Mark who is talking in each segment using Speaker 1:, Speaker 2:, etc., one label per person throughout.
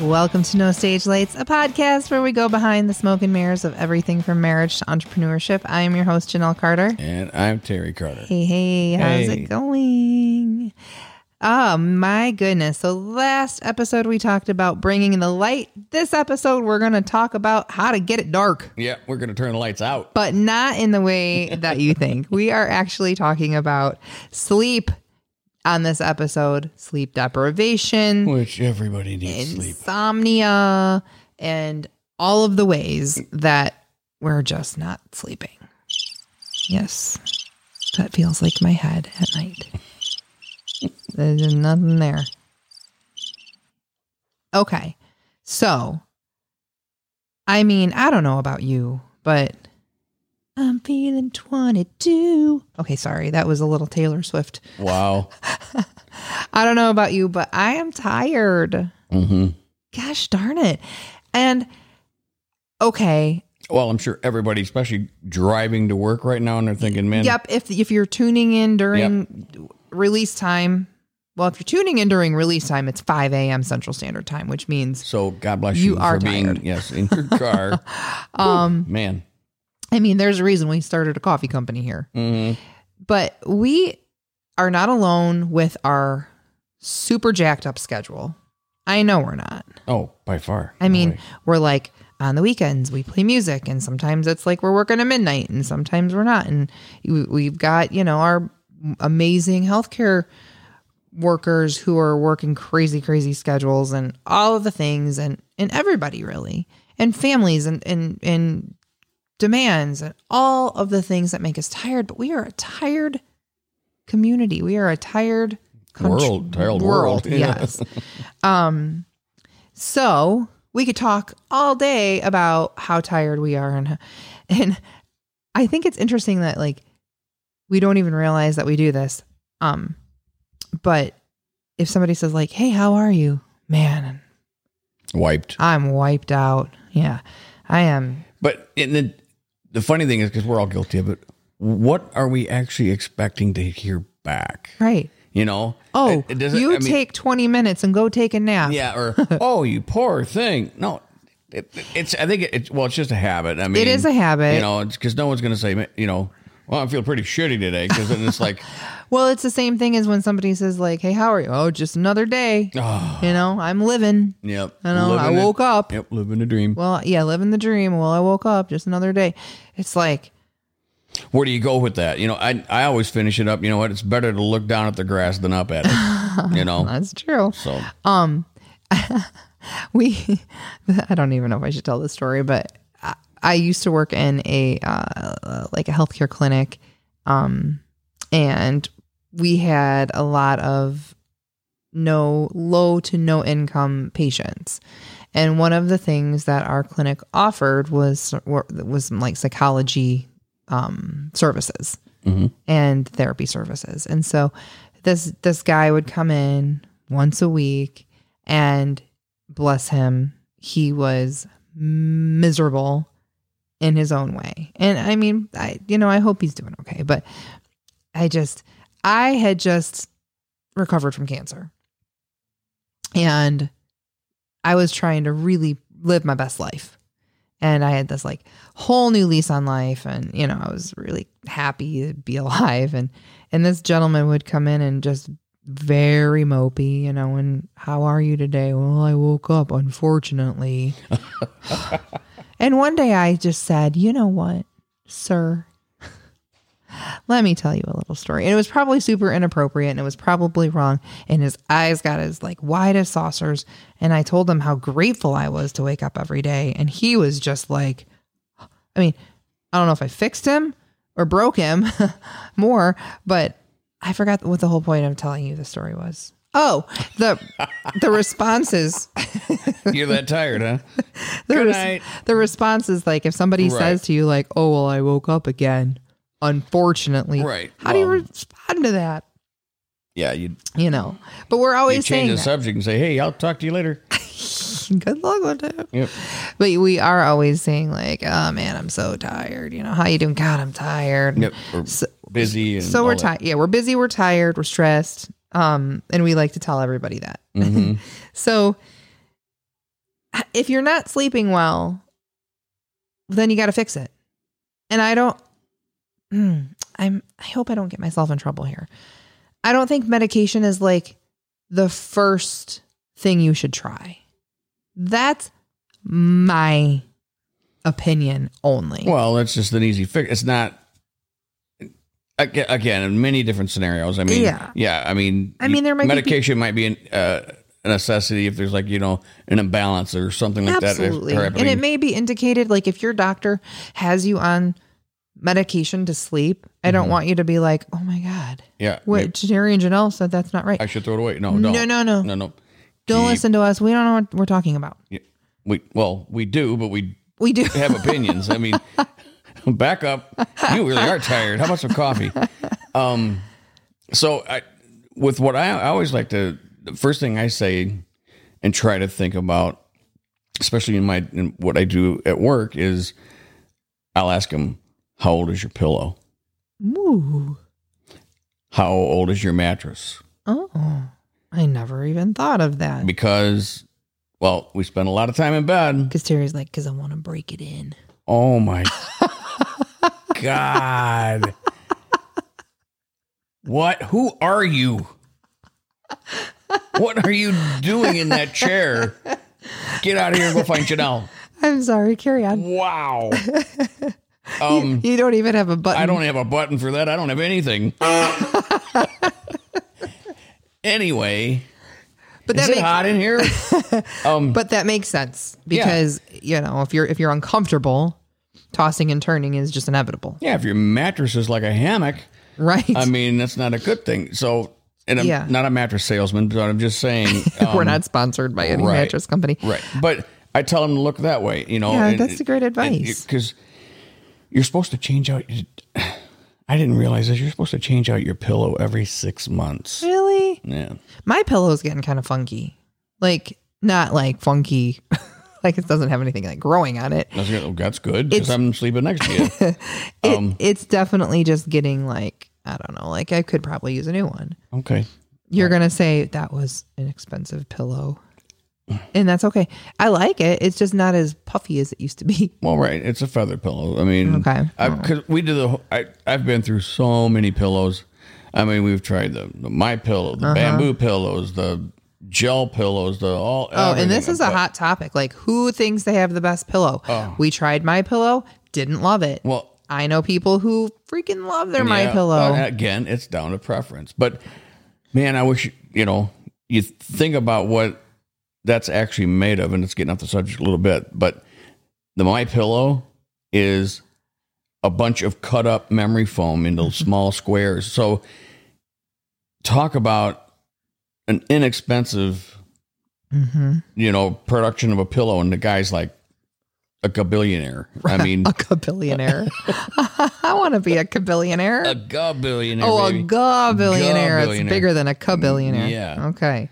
Speaker 1: Welcome to No Stage Lights, a podcast where we go behind the smoke and mirrors of everything from marriage to entrepreneurship. I am your host, Janelle Carter.
Speaker 2: And I'm Terry Carter.
Speaker 1: Hey, hey, how's
Speaker 2: Hey.
Speaker 1: it going? Oh, my goodness. So, last episode we talked about bringing in the light. This episode, we're going to talk about how to get it dark,
Speaker 2: Yeah, we're going to turn the lights out.
Speaker 1: but not in the way that you think. We are actually talking about sleep on this episode, sleep deprivation.
Speaker 2: Which everybody needs sleep.
Speaker 1: insomnia and all of the ways that we're just not sleeping. Yes, that feels like my head at night. There's nothing there. Okay, so I mean, I don't know about you, but I'm feeling 22. Okay, sorry, that was a little Taylor Swift.
Speaker 2: Wow.
Speaker 1: I don't know about you, but I am tired
Speaker 2: hmm
Speaker 1: gosh darn it. And okay.
Speaker 2: Well, I'm sure everybody, especially driving to work right now, and they're thinking, man,
Speaker 1: yep. If if you're tuning in during release time, well, if you're tuning in during release time, it's five AM Central Standard Time, which means
Speaker 2: so God bless
Speaker 1: You
Speaker 2: you,
Speaker 1: are
Speaker 2: for being,
Speaker 1: tired.
Speaker 2: yes, in your car. um, man.
Speaker 1: I mean, there's a reason we started a coffee company here.
Speaker 2: hmm
Speaker 1: But we are not alone with our super jacked up schedule. I know we're not.
Speaker 2: Oh, by far.
Speaker 1: I
Speaker 2: No
Speaker 1: mean,
Speaker 2: way.
Speaker 1: we're like on the weekends we play music, and sometimes it's like we're working at midnight, and sometimes we're not. And we- we've got you know our amazing healthcare workers who are working crazy, crazy schedules, and all of the things, and and everybody really, and families, and and and demands, and all of the things that make us tired. But we are a tired community. We are a tired country-
Speaker 2: World, tired world. Yeah.
Speaker 1: Yes. um. So we could talk all day about how tired we are, and and I think it's interesting that like we don't even realize that we do this. Um, but if somebody says like, "Hey, how are you, man?"
Speaker 2: wiped.
Speaker 1: I'm wiped out. Yeah, I am.
Speaker 2: But and then the funny thing is, because we're all guilty of it, what are we actually expecting to hear back?
Speaker 1: Right.
Speaker 2: You know?
Speaker 1: Oh,
Speaker 2: It- it doesn't-
Speaker 1: you
Speaker 2: I mean-
Speaker 1: take 20 minutes and go take a nap.
Speaker 2: Yeah, or oh, you poor thing. No, it, it's. I think it's. Well, it's just a habit. I mean,
Speaker 1: It is a habit.
Speaker 2: You know, because no one's going to say, you know, well, I feel pretty shitty today. Because then it's like,
Speaker 1: Well, it's the same thing as when somebody says like, "Hey, how are you?" Oh, just another day.
Speaker 2: Ah.
Speaker 1: You know, I'm living.
Speaker 2: yep.
Speaker 1: I know. I
Speaker 2: living a-
Speaker 1: woke up.
Speaker 2: Yep, living a dream.
Speaker 1: Well, yeah, living the dream. Well, I woke up. Just another day. It's like,
Speaker 2: Where do you go with that? You know, I I always finish it up. You know what? It's better to look down at the grass than up at it. You know.
Speaker 1: that's true.
Speaker 2: So
Speaker 1: we i don't even know if i should tell this story but i, I used to work in a uh, like a healthcare clinic um and we had a lot of no low to no income patients and one of the things that our clinic offered was were- was some, like psychology um services
Speaker 2: mhm.
Speaker 1: and therapy services. And so this this guy would come in once a week and bless him, he was miserable in his own way. And I mean, I you know, I hope he's doing okay, but I just I had just recovered from cancer. And I was trying to really live my best life. And I had this like whole new lease on life and you know, I was really happy to be alive and and this gentleman would come in and just very mopey, you know, and how are you today? Well, I woke up unfortunately. and one day I just said, "You know what, sir? Let me tell you a little story." And it was probably super inappropriate and it was probably wrong, and his eyes got as like wide as saucers, and I told him how grateful I was to wake up every day, and he was just like I mean, I don't know if I fixed him or broke him more, but I forgot what the whole point of telling you the story was. Oh, the the responses.
Speaker 2: you're that tired, huh?
Speaker 1: The,
Speaker 2: Good
Speaker 1: res-
Speaker 2: night.
Speaker 1: the response is like if somebody
Speaker 2: Right.
Speaker 1: says to you like, "Oh, well, I woke up again." Unfortunately,
Speaker 2: Right.
Speaker 1: How do you
Speaker 2: Well-
Speaker 1: respond to that?
Speaker 2: Yeah, you,
Speaker 1: You know, but we're
Speaker 2: you
Speaker 1: always
Speaker 2: change
Speaker 1: saying
Speaker 2: the
Speaker 1: that.
Speaker 2: subject and say, hey, I'll talk to you later.
Speaker 1: good luck with it.
Speaker 2: Yep.
Speaker 1: But we are always saying like, "Oh man, I'm so tired." You know, how you doing? God, I'm tired.
Speaker 2: Yep. We're
Speaker 1: So-
Speaker 2: busy. And
Speaker 1: so we're
Speaker 2: all that.
Speaker 1: tired. Yeah, we're busy. We're tired. We're
Speaker 2: Mm-hmm.
Speaker 1: stressed. Um, and we like to tell everybody that.
Speaker 2: Mhm.
Speaker 1: So if you're not sleeping well, then you got to fix it. And I don't Mm, I'm I hope I don't get myself in trouble here. I don't think medication is like the first thing you should try. That's my opinion only.
Speaker 2: Well, that's just an easy fix. It's not. aga- Again, in many different scenarios. I mean,
Speaker 1: Yeah.
Speaker 2: yeah, I mean,
Speaker 1: I mean, there might be
Speaker 2: medication might be an, uh, a necessity if there's like you know an imbalance or something like
Speaker 1: Absolutely.
Speaker 2: that.
Speaker 1: and it may be indicated like if your doctor has you on medication to sleep, I
Speaker 2: Mm-hmm.
Speaker 1: don't want you to be like, "Oh my god,
Speaker 2: yeah,
Speaker 1: what Janari and Janelle said that's not right."
Speaker 2: I should throw it away. No,
Speaker 1: no,
Speaker 2: no,
Speaker 1: no, no.
Speaker 2: no, no.
Speaker 1: Don't
Speaker 2: Keep-
Speaker 1: listen to us. We don't know what we're talking about.
Speaker 2: We well, we do, but we
Speaker 1: We do.
Speaker 2: have opinions. I mean, back up. You really are tired. How about some coffee? Um, so I, with what I, I always like to, the first thing I say and try to think about, especially in my, in what I do at work is I'll ask them, how old is your pillow?
Speaker 1: Ooh.
Speaker 2: How old is your mattress?
Speaker 1: Oh, I never even thought of that.
Speaker 2: Because, well, we spend a lot of time in bed.
Speaker 1: Because Terry's like, because I want to break it in.
Speaker 2: Oh my God. What? Who are you? What are you doing in that chair? Get out of here and go find Janelle.
Speaker 1: I'm sorry, carry on.
Speaker 2: Wow. Um,
Speaker 1: You don't even have a button.
Speaker 2: I don't have a button for that. I don't have anything. anyway,
Speaker 1: but
Speaker 2: is
Speaker 1: that
Speaker 2: it
Speaker 1: makes
Speaker 2: hot in here? Um,
Speaker 1: but that makes sense because you know if you're if you're uncomfortable, tossing and turning is just inevitable,
Speaker 2: yeah, if your mattress is like a hammock,
Speaker 1: right?
Speaker 2: I mean, that's not a good thing. So, and I'm
Speaker 1: Yeah.
Speaker 2: not a mattress salesman, but I'm just saying. um,
Speaker 1: We're not sponsored by any
Speaker 2: right.
Speaker 1: mattress company.
Speaker 2: right. But I tell them to look that way, you know.
Speaker 1: Yeah, that's great advice.
Speaker 2: Because you're supposed to change out. I didn't realize this. You're supposed to change out your pillow every six months.
Speaker 1: Really,
Speaker 2: Yeah.
Speaker 1: my pillow's getting kind of funky. Like not like funky, like it doesn't have anything like growing on it.
Speaker 2: That's good. Oh, That's good
Speaker 1: It's-
Speaker 2: because I'm sleeping next to you.
Speaker 1: It,
Speaker 2: Um.
Speaker 1: it's definitely just getting like I don't know. Like I could probably use a new one.
Speaker 2: Okay.
Speaker 1: You're going to say that was an expensive pillow. And that's okay. I like it. It's just not as puffy as it used to be.
Speaker 2: Well, right. It's a feather pillow. I mean,
Speaker 1: Okay.
Speaker 2: Because we do the. whole- I I've been through so many pillows. I mean, we've tried the, the my pillow,
Speaker 1: Uh-huh.
Speaker 2: the bamboo pillows, the gel pillows, the all.
Speaker 1: Oh, and this is a hot topic. Like who thinks they have the best pillow?
Speaker 2: Oh.
Speaker 1: We tried my pillow, didn't love it.
Speaker 2: well.
Speaker 1: I know people who freaking love their my
Speaker 2: Yeah,
Speaker 1: pillow.
Speaker 2: uh, again, it's down to preference. But man, I wish you know you think about what that's actually made of, and it's getting off the subject a little bit. But the my pillow is a bunch of cut up memory foam into small squares. So talk about an inexpensive,
Speaker 1: mm-hmm.
Speaker 2: you know, production of a pillow, and the guy's like a billionaire. I mean,
Speaker 1: A cabillionaire. I want to be a cabillionaire.
Speaker 2: a billionaire.
Speaker 1: oh, a gabillionaire. It's
Speaker 2: Gabillionaire. Mm,
Speaker 1: bigger than a cabillionaire.
Speaker 2: yeah.
Speaker 1: Okay.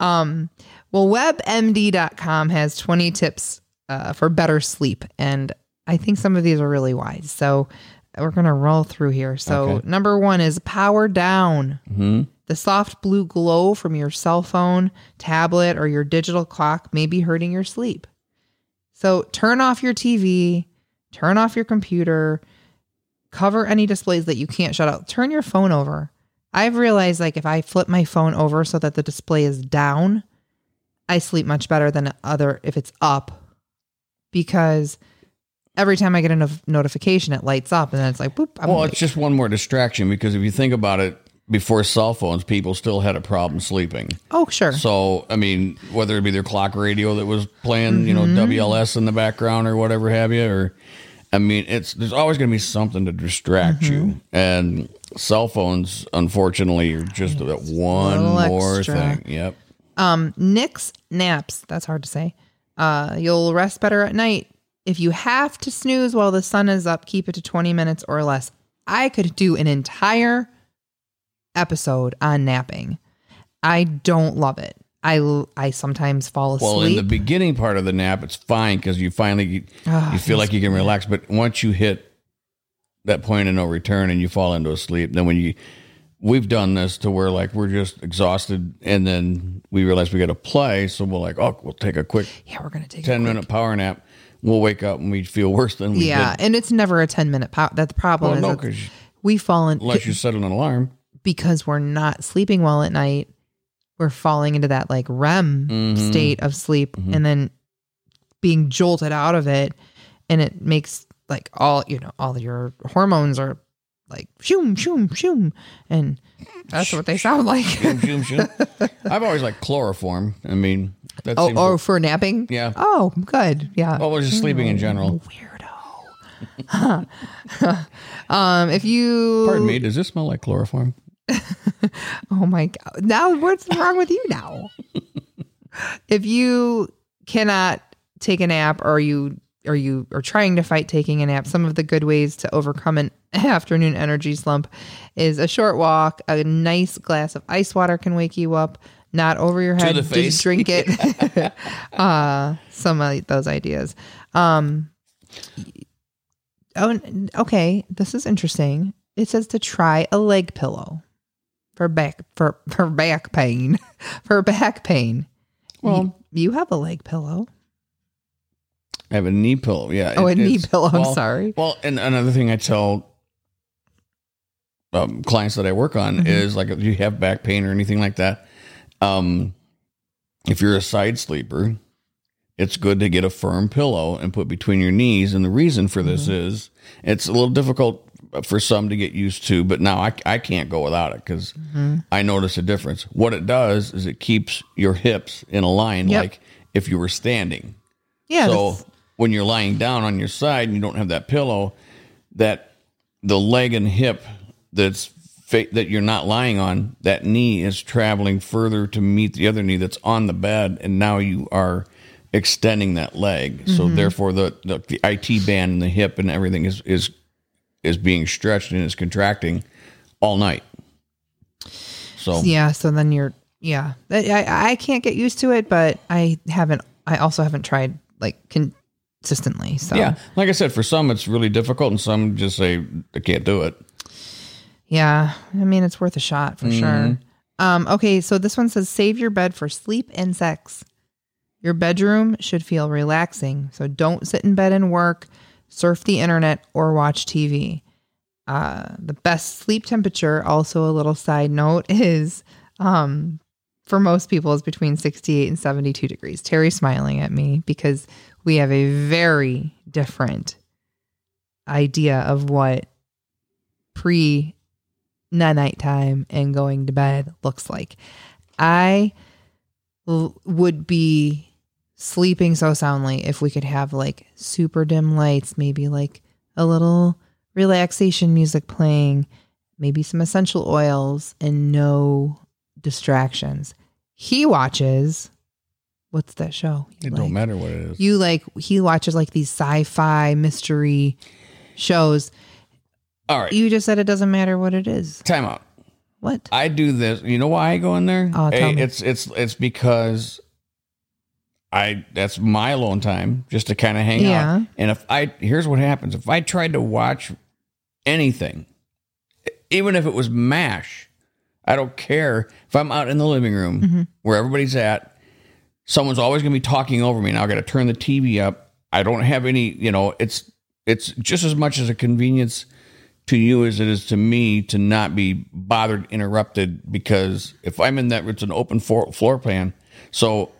Speaker 1: Um, well, webmd.com has 20 tips uh, for better sleep. And I think some of these are really wise. So we're going to roll through here. So,
Speaker 2: Okay.
Speaker 1: number one is power down.
Speaker 2: hmm
Speaker 1: The soft blue glow from your cell phone, tablet, or your digital clock may be hurting your sleep. So turn off your TV, turn off your computer, cover any displays that you can't shut out. Turn your phone over. I've realized like if I flip my phone over so that the display is down, I sleep much better than other if it's up because every time I get a no- notification, it lights up and then it's like boop. I'm
Speaker 2: well,
Speaker 1: awake.
Speaker 2: it's just one more distraction because if you think about it, before cell phones, people still had a problem sleeping.
Speaker 1: oh sure,
Speaker 2: So, I mean, whether it be their clock radio that was playing, you know,
Speaker 1: Mm-hmm.
Speaker 2: WLS in the background or whatever have you, or I mean, it's there's always going to be something to distract
Speaker 1: Mm-hmm.
Speaker 2: you, and cell phones, unfortunately, are just that one
Speaker 1: little
Speaker 2: more
Speaker 1: extra.
Speaker 2: thing. Yep.
Speaker 1: Um, Nix naps. That's hard to say. Uh, you'll rest better at night. If you have to snooze while the sun is up, keep it to 20 minutes or less. I could do an entire episode on napping. I don't love it. I, l- I sometimes fall asleep.
Speaker 2: Well, in the beginning part of the nap, it's fine because you finally
Speaker 1: Ah,
Speaker 2: you feel like you can relax. But once you hit that point of no return and you fall into a sleep, then when you we've done this to where like we're just exhausted, and then we realize we got to play, so we're like, oh, we'll take a quick
Speaker 1: Yeah, we're gonna take a
Speaker 2: ten
Speaker 1: quick-
Speaker 2: minute power nap. We'll wake up and we feel worse than we
Speaker 1: Yeah,
Speaker 2: did.
Speaker 1: and it's never a ten minute power. That's the problem.
Speaker 2: Well,
Speaker 1: is
Speaker 2: no,
Speaker 1: it's-
Speaker 2: 'cause-
Speaker 1: we fall in
Speaker 2: Unless you set an alarm.
Speaker 1: because we're not sleeping well at night. We're falling into that like REM
Speaker 2: Mhm.
Speaker 1: state of sleep, and then being jolted out of it, and it makes like all you know all your hormones are like shoom shoom shoom, and that's what they sound like.
Speaker 2: Shoom, shoom, shoom. I've always like chloroform. I mean, that
Speaker 1: oh,
Speaker 2: seems.
Speaker 1: oh, for napping.
Speaker 2: yeah.
Speaker 1: Oh, good. Yeah.
Speaker 2: Oh, we're just sleeping in general.
Speaker 1: Weirdo. um, if you
Speaker 2: Pardon me. Does this smell like chloroform?
Speaker 1: Oh my god. Now what's wrong with you now? if you cannot take a nap or you or you are trying to fight taking a nap, some of the good ways to overcome an afternoon energy slump is a short walk, a nice glass of ice water can wake you up, not over your head,
Speaker 2: the face.
Speaker 1: just drink it. uh some of those ideas. Um Oh, n- okay. This is interesting. It says to try a leg pillow for back for for back pain for back pain.
Speaker 2: Well,
Speaker 1: You have a leg pillow.
Speaker 2: I have a knee pillow. Yeah.
Speaker 1: oh, a
Speaker 2: it-
Speaker 1: knee
Speaker 2: it's-
Speaker 1: pillow. I'm
Speaker 2: well,
Speaker 1: sorry.
Speaker 2: Well, and another thing I tell um, clients that I work on
Speaker 1: Mhm.
Speaker 2: is like if you have back pain or anything like that, um, if you're a side sleeper, it's good to get a firm pillow and put between your knees. And the reason for this is it's a little difficult for some to get used to, but now I, I can't go without it because I notice a difference. What it does is it keeps your hips in a line
Speaker 1: Yep.
Speaker 2: like if you were standing.
Speaker 1: Yeah.
Speaker 2: So
Speaker 1: that's-
Speaker 2: when you're lying down on your side and you don't have that pillow, that the leg and hip that's fa- that you're not lying on, that knee is traveling further to meet the other knee that's on the bed, and now you are extending that leg. So
Speaker 1: Mm-hmm.
Speaker 2: therefore, the, the the IT band and the hip and everything is is is being stretched and is contracting all night. So
Speaker 1: yeah. So then you're yeah. I I- I can't get used to it, but I haven't. I also haven't tried like consistently. So
Speaker 2: yeah, like I said, for some it's really difficult, and some just say I can't do it.
Speaker 1: Yeah, I mean it's worth a shot for sure. Um, okay, so this one says save your bed for sleep and sex. Your bedroom should feel relaxing, so don't sit in bed and work, surf the internet, or watch TV. Uh, the best sleep temperature, also a little side note, is um, for most people is between 68 and 72 degrees. Terry's smiling at me because we have a very different idea of what pre nighttime and going to bed looks like. I l- would be sleeping so soundly if we could have like super dim lights, maybe like a little relaxation music playing, maybe some essential oils, and no distractions. He watches what's that show? you
Speaker 2: It
Speaker 1: like?
Speaker 2: don't matter what it is.
Speaker 1: you like he watches like these sci-fi mystery shows.
Speaker 2: All right.
Speaker 1: You just said it doesn't matter what it is.
Speaker 2: Time out.
Speaker 1: What?
Speaker 2: I do this. You know why I go in there?
Speaker 1: Oh, tell
Speaker 2: Hey,
Speaker 1: me.
Speaker 2: It's it's it's because I that's my alone time just to kind of hang
Speaker 1: Yeah.
Speaker 2: out. And if I here's what happens. If I tried to watch anything, even if it was MASH, I don't care if I'm out in the living room
Speaker 1: Mm-hmm.
Speaker 2: where everybody's at. Someone's always going to be talking over me, and I got to turn the TV up. I don't have any, you know. It's it's just as much as a convenience to you as it is to me to not be bothered, interrupted. Because if I'm in that, it's an open floor, floor plan, so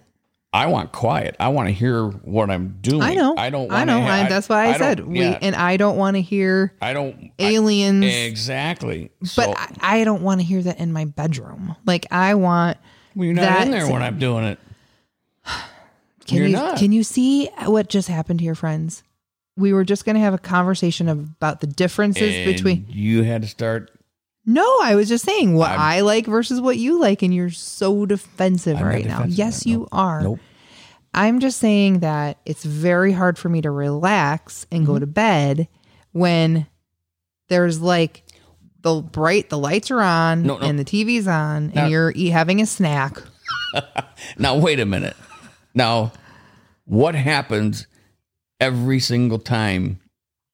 Speaker 2: I want quiet. I want to hear what I'm doing.
Speaker 1: I know.
Speaker 2: I don't.
Speaker 1: I
Speaker 2: wanna
Speaker 1: know.
Speaker 2: ha-
Speaker 1: I, that's why I,
Speaker 2: don't-
Speaker 1: said we.
Speaker 2: yeah,
Speaker 1: And I don't want to hear
Speaker 2: I don't. I-
Speaker 1: aliens.
Speaker 2: exactly. So,
Speaker 1: but I, I don't want to hear that in my bedroom. Like I want.
Speaker 2: well, you're not in
Speaker 1: that-
Speaker 2: there when I'm doing it.
Speaker 1: Can
Speaker 2: You're
Speaker 1: you
Speaker 2: not.
Speaker 1: can you see what just happened here, friends? We were just going to have a conversation about the differences
Speaker 2: And
Speaker 1: between.
Speaker 2: you had to start.
Speaker 1: No, I was just saying what i like versus what you like, and you're so defensive
Speaker 2: I'm not
Speaker 1: right now.
Speaker 2: defensive.
Speaker 1: Yes,
Speaker 2: No.
Speaker 1: you are.
Speaker 2: Nope.
Speaker 1: I'm just saying that it's very hard for me to relax and
Speaker 2: Mm-hmm.
Speaker 1: go to bed when there's like the bright, the lights are on
Speaker 2: No, no.
Speaker 1: and the TV's on
Speaker 2: No.
Speaker 1: and you're e- having a snack.
Speaker 2: Now wait a minute. Now, what happens every single time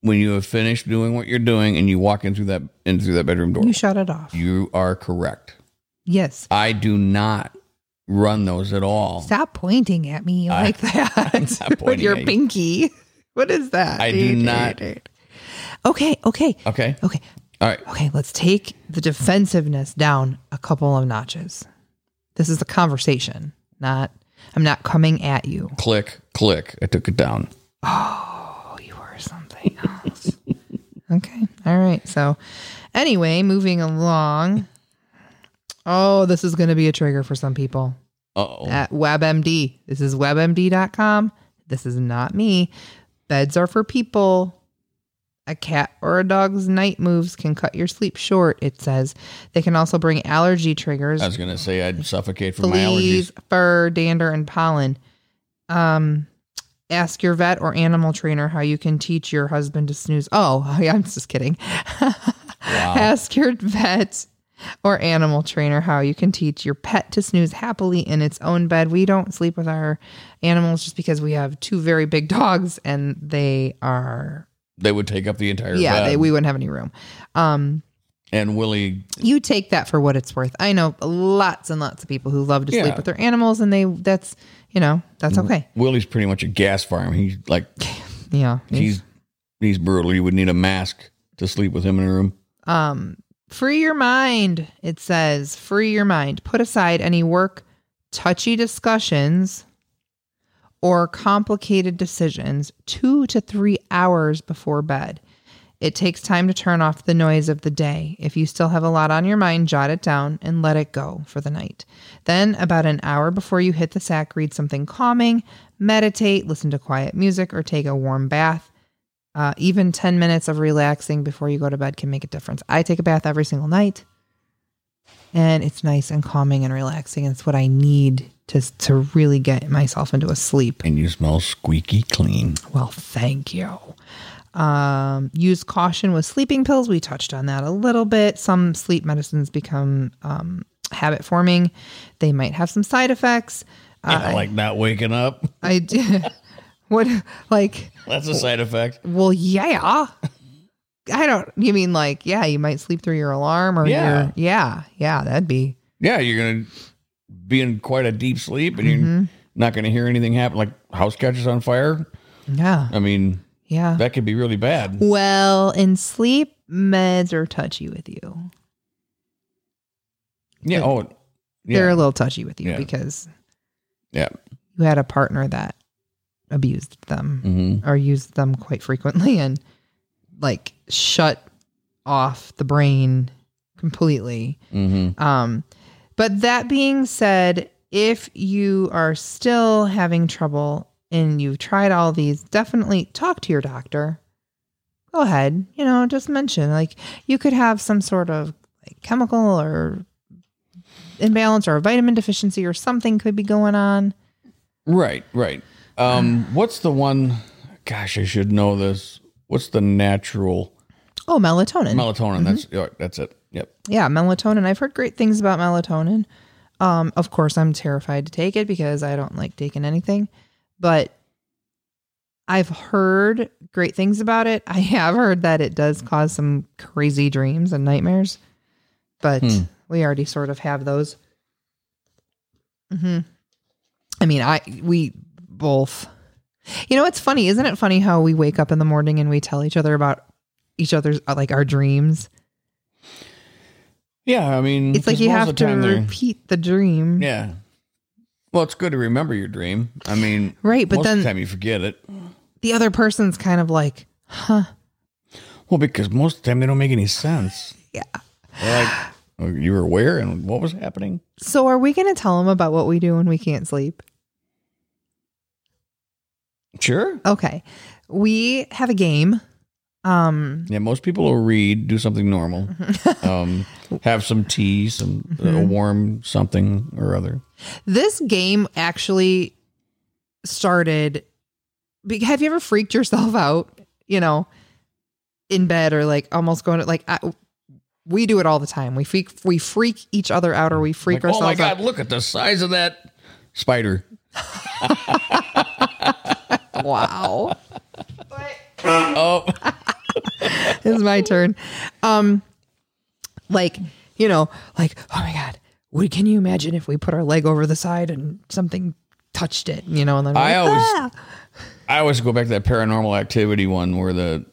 Speaker 2: when you have finished doing what you're doing and you walk in through that in through that bedroom door.
Speaker 1: You shut it off.
Speaker 2: you are correct.
Speaker 1: yes.
Speaker 2: I do not run those at all.
Speaker 1: Stop pointing at me
Speaker 2: I-
Speaker 1: like that
Speaker 2: not
Speaker 1: with
Speaker 2: pointing
Speaker 1: your
Speaker 2: at you.
Speaker 1: pinky. What is that?
Speaker 2: I do not-
Speaker 1: Okay, okay,
Speaker 2: Okay.
Speaker 1: okay,
Speaker 2: All right.
Speaker 1: okay. Let's take the defensiveness down a couple of notches. This is a conversation, not. I'm not coming at you.
Speaker 2: Click, click. I took it down.
Speaker 1: Oh, you were something else. okay. All right. So, anyway, moving along. Oh, this is going to be a trigger for some people.
Speaker 2: Uh-oh.
Speaker 1: at WebMD. This is WebMD.com. This is not me. Beds are for people. A cat or a dog's night moves can cut your sleep short, it says. They can also bring allergy triggers,
Speaker 2: I was going to say I'd suffocate from my allergies.
Speaker 1: fleas, fur, dander, and pollen. Um, ask your vet or animal trainer how you can teach your husband to snooze. Oh, yeah, I'm just kidding. Ask your vet or animal trainer how you can teach your pet to snooze happily in its own bed. We don't sleep with our animals just because we have two very big dogs and they are
Speaker 2: They would take up the entire
Speaker 1: yeah,
Speaker 2: bed.
Speaker 1: they, we wouldn't have any room. Um,
Speaker 2: and Willie,
Speaker 1: you take that for what it's worth. I know lots and lots of people who love to
Speaker 2: Yeah.
Speaker 1: sleep with their animals and they that's you know, that's okay.
Speaker 2: Willie's pretty much a gas farm. He's like
Speaker 1: Yeah.
Speaker 2: he's he's brutal. You would need a mask to sleep with him in a room.
Speaker 1: Um, free your mind, it says. Free your mind. Put aside any work, touchy discussions, or complicated decisions two to three hours before bed. It takes time to turn off the noise of the day. If you still have a lot on your mind, jot it down and let it go for the night. Then, about an hour before you hit the sack, read something calming, meditate, listen to quiet music, or take a warm bath. Uh, even 10 minutes of relaxing before you go to bed can make a difference. I take a bath every single night, and it's nice and calming and relaxing. It's what I need to, to really get myself into a sleep.
Speaker 2: And you smell squeaky clean.
Speaker 1: Well, thank you. Um, use caution with sleeping pills. We touched on that a little bit. Some sleep medicines become um, habit forming, they might have some side effects.
Speaker 2: Yeah, like not waking up.
Speaker 1: I did. What, like,
Speaker 2: That's a side effect.
Speaker 1: Well, yeah. I don't. You mean like, yeah, you might sleep through your alarm or
Speaker 2: Yeah.
Speaker 1: your, yeah, yeah, that'd be
Speaker 2: Yeah, you're gonna be in quite a deep sleep, and you're
Speaker 1: Mm-hmm.
Speaker 2: not gonna hear anything happen, like house catches on fire.
Speaker 1: yeah,
Speaker 2: I mean,
Speaker 1: yeah.
Speaker 2: that could be really bad.
Speaker 1: Well, and sleep meds are touchy with you.
Speaker 2: Yeah. Oh,
Speaker 1: They're a
Speaker 2: yeah.
Speaker 1: little touchy with you
Speaker 2: Yeah.
Speaker 1: because
Speaker 2: Yeah.
Speaker 1: you had a partner that abused them
Speaker 2: hmm
Speaker 1: or used them quite frequently and like shut off the brain completely.
Speaker 2: hmm
Speaker 1: Um, but that being said, if you are still having trouble and you've tried all these, definitely talk to your doctor. Go ahead, you know, just mention like you could have some sort of like chemical or imbalance or a vitamin deficiency or something could be going on.
Speaker 2: Right. Right. Um, what's the one? Gosh, I should know this. What's the natural
Speaker 1: Oh, melatonin.
Speaker 2: melatonin? That's all right, that's it. Yep.
Speaker 1: yeah, melatonin. I've heard great things about melatonin. Um, of course, I'm terrified to take it because I don't like taking anything, but I've heard great things about it. I have heard that it does cause some crazy dreams and nightmares, but
Speaker 2: Hmm.
Speaker 1: we already sort of have those. hmm I mean, I we both. You know, it's funny, isn't it? Funny how we wake up in the morning and we tell each other about each other's like our dreams.
Speaker 2: Yeah. I mean,
Speaker 1: It's like
Speaker 2: 'cause
Speaker 1: you
Speaker 2: most
Speaker 1: have
Speaker 2: Mm, of the
Speaker 1: to
Speaker 2: time they're-
Speaker 1: repeat the dream.
Speaker 2: Yeah. Well, it's good to remember your dream. I mean,
Speaker 1: Right, but
Speaker 2: most of
Speaker 1: then
Speaker 2: the time you forget it.
Speaker 1: the other person's kind of like, huh.
Speaker 2: Well, because most of the time they don't make any sense.
Speaker 1: Yeah.
Speaker 2: They're like, "Oh, you were where and what was happening?
Speaker 1: So are we going to tell them about what we do when we can't sleep?
Speaker 2: Sure.
Speaker 1: Okay. We have a game. Um
Speaker 2: Yeah, most people will read, do something normal, um, have some tea, some uh,
Speaker 1: Mm-hmm.
Speaker 2: warm something or other.
Speaker 1: this game actually started be- have you ever freaked yourself out, you know, in bed or like almost going to like I, we do it all the time. We freak we freak each other out or we freak
Speaker 2: Like, oh my
Speaker 1: ourselves
Speaker 2: God, look at the size of that spider.
Speaker 1: out. Wow.
Speaker 2: Oh,
Speaker 1: it's my turn. Um, like you know, like oh my god, what can you imagine if we put our leg over the side and something touched it? You know, and then we're
Speaker 2: I
Speaker 1: like,
Speaker 2: always-
Speaker 1: "Ah!"
Speaker 2: I always go back to that paranormal activity one where the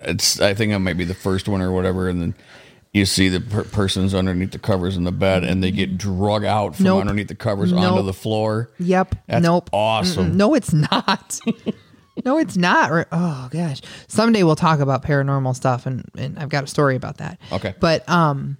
Speaker 2: it's I think I might be the first one or whatever, and then you see the per- person's underneath the covers in the bed, and they get drug out from
Speaker 1: Nope.
Speaker 2: underneath the covers
Speaker 1: Nope.
Speaker 2: onto the floor.
Speaker 1: Yep.
Speaker 2: That's
Speaker 1: nope.
Speaker 2: awesome.
Speaker 1: Mm-mm. No, it's not. no, it's not. Re- Oh gosh. Someday we'll talk about paranormal stuff, and and I've got a story about that.
Speaker 2: Okay.
Speaker 1: But um,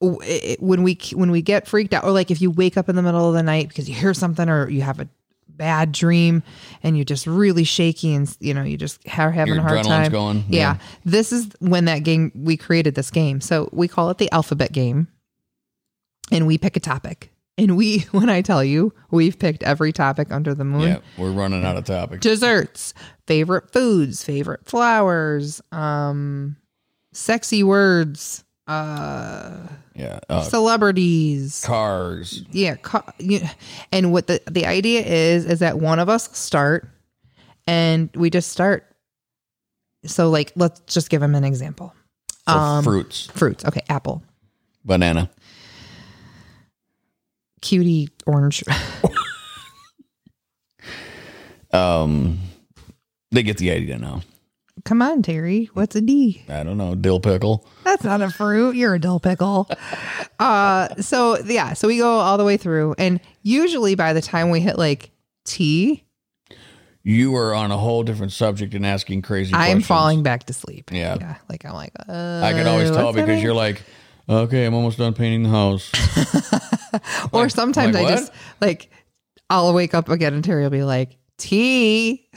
Speaker 1: w- it, it- when we when we get freaked out, or like if you wake up in the middle of the night because you hear something, or you have a bad dream, and you're just really shaky, and you know you just are having
Speaker 2: Your
Speaker 1: a hard
Speaker 2: adrenaline's
Speaker 1: time.
Speaker 2: going.
Speaker 1: Yeah. This is when that game we created this game. So we call it the alphabet game. And we pick a topic. And we when I tell you, we've picked every topic under the moon.
Speaker 2: Yeah, we're running out of topics.
Speaker 1: Desserts, favorite foods, favorite flowers, um sexy words, uh
Speaker 2: Yeah, uh,
Speaker 1: celebrities.
Speaker 2: cars.
Speaker 1: Yeah, ca- you- and what the the idea is is that one of us start and we just start. So like let's just give him an example.
Speaker 2: for
Speaker 1: Um,
Speaker 2: fruits,
Speaker 1: Fruits. Okay, apple,
Speaker 2: banana.
Speaker 1: cutie, orange.
Speaker 2: Um, they get the idea now.
Speaker 1: Come on, Terry. What's a D?
Speaker 2: I don't know dill pickle.
Speaker 1: That's not a fruit. You're a dill pickle. Uh, so yeah, so we go all the way through, and usually by the time we hit like T,
Speaker 2: You are on a whole different subject and asking crazy.
Speaker 1: am
Speaker 2: questions.
Speaker 1: falling back to sleep.
Speaker 2: Yeah.
Speaker 1: yeah. Like I'm like, uh,
Speaker 2: I can always tell
Speaker 1: what's that
Speaker 2: because
Speaker 1: in?
Speaker 2: you're like, okay, I'm almost done painting the house.
Speaker 1: Or
Speaker 2: Like-
Speaker 1: sometimes
Speaker 2: like
Speaker 1: I
Speaker 2: what?
Speaker 1: just like I'll wake up again and Terry will be like, T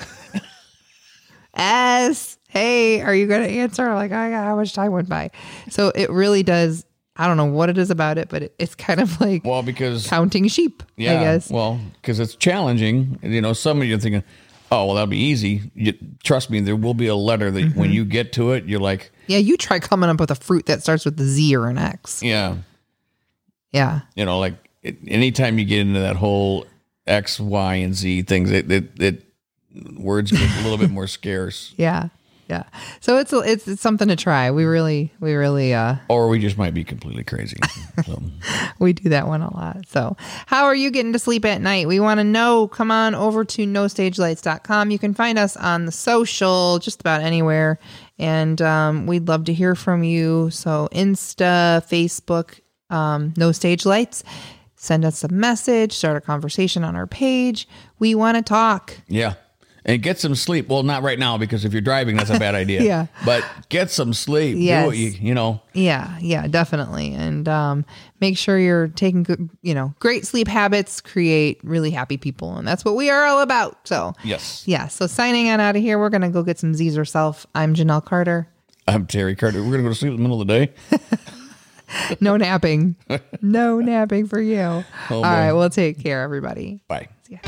Speaker 1: S. Hey, are you gonna answer? I'm like, I got how much time went by. So it really does I don't know what it is about it, but it, it's kind of like
Speaker 2: Well, because
Speaker 1: counting sheep,
Speaker 2: yeah,
Speaker 1: I guess.
Speaker 2: well, because it's challenging. You know, some of you are thinking, oh, well, that'll be easy. You, trust me, there will be a letter that
Speaker 1: Mm-hmm.
Speaker 2: when you get to it, you're like,
Speaker 1: Yeah, you try coming up with a fruit that starts with a Z or an X.
Speaker 2: yeah,
Speaker 1: Yeah.
Speaker 2: you know, like it, anytime you get into that whole X, Y, and Z things, it it, it words get a little bit more scarce,
Speaker 1: Yeah. Yeah. So it's it's it's something to try. We really we really uh
Speaker 2: or we just might be completely crazy. So,
Speaker 1: we do that one a lot. So, how are you getting to sleep at night? We want to know. Come on over to nostagelights.com. You can find us on the social, just about anywhere. And um, we'd love to hear from you. So, Insta, Facebook, um, No Stage Lights. Send us a message, start a conversation on our page. We want to talk.
Speaker 2: yeah. And get some sleep. Well, not right now because if you're driving, that's a bad idea.
Speaker 1: Yeah.
Speaker 2: But get some sleep. Do
Speaker 1: Yes.
Speaker 2: what you, you know,
Speaker 1: Yeah, yeah, definitely. And um, make sure you're taking good, you know, great sleep habits create really happy people. And that's what we are all about. So,
Speaker 2: yes.
Speaker 1: Yeah. So signing on out of here, we're gonna go get some Z's herself. I'm Janelle Carter.
Speaker 2: I'm Terry Carter. We're gonna go to sleep in the middle of the day.
Speaker 1: No napping. no napping for you. All
Speaker 2: boy.
Speaker 1: right. Well, take care, everybody.
Speaker 2: Bye.
Speaker 1: See ya.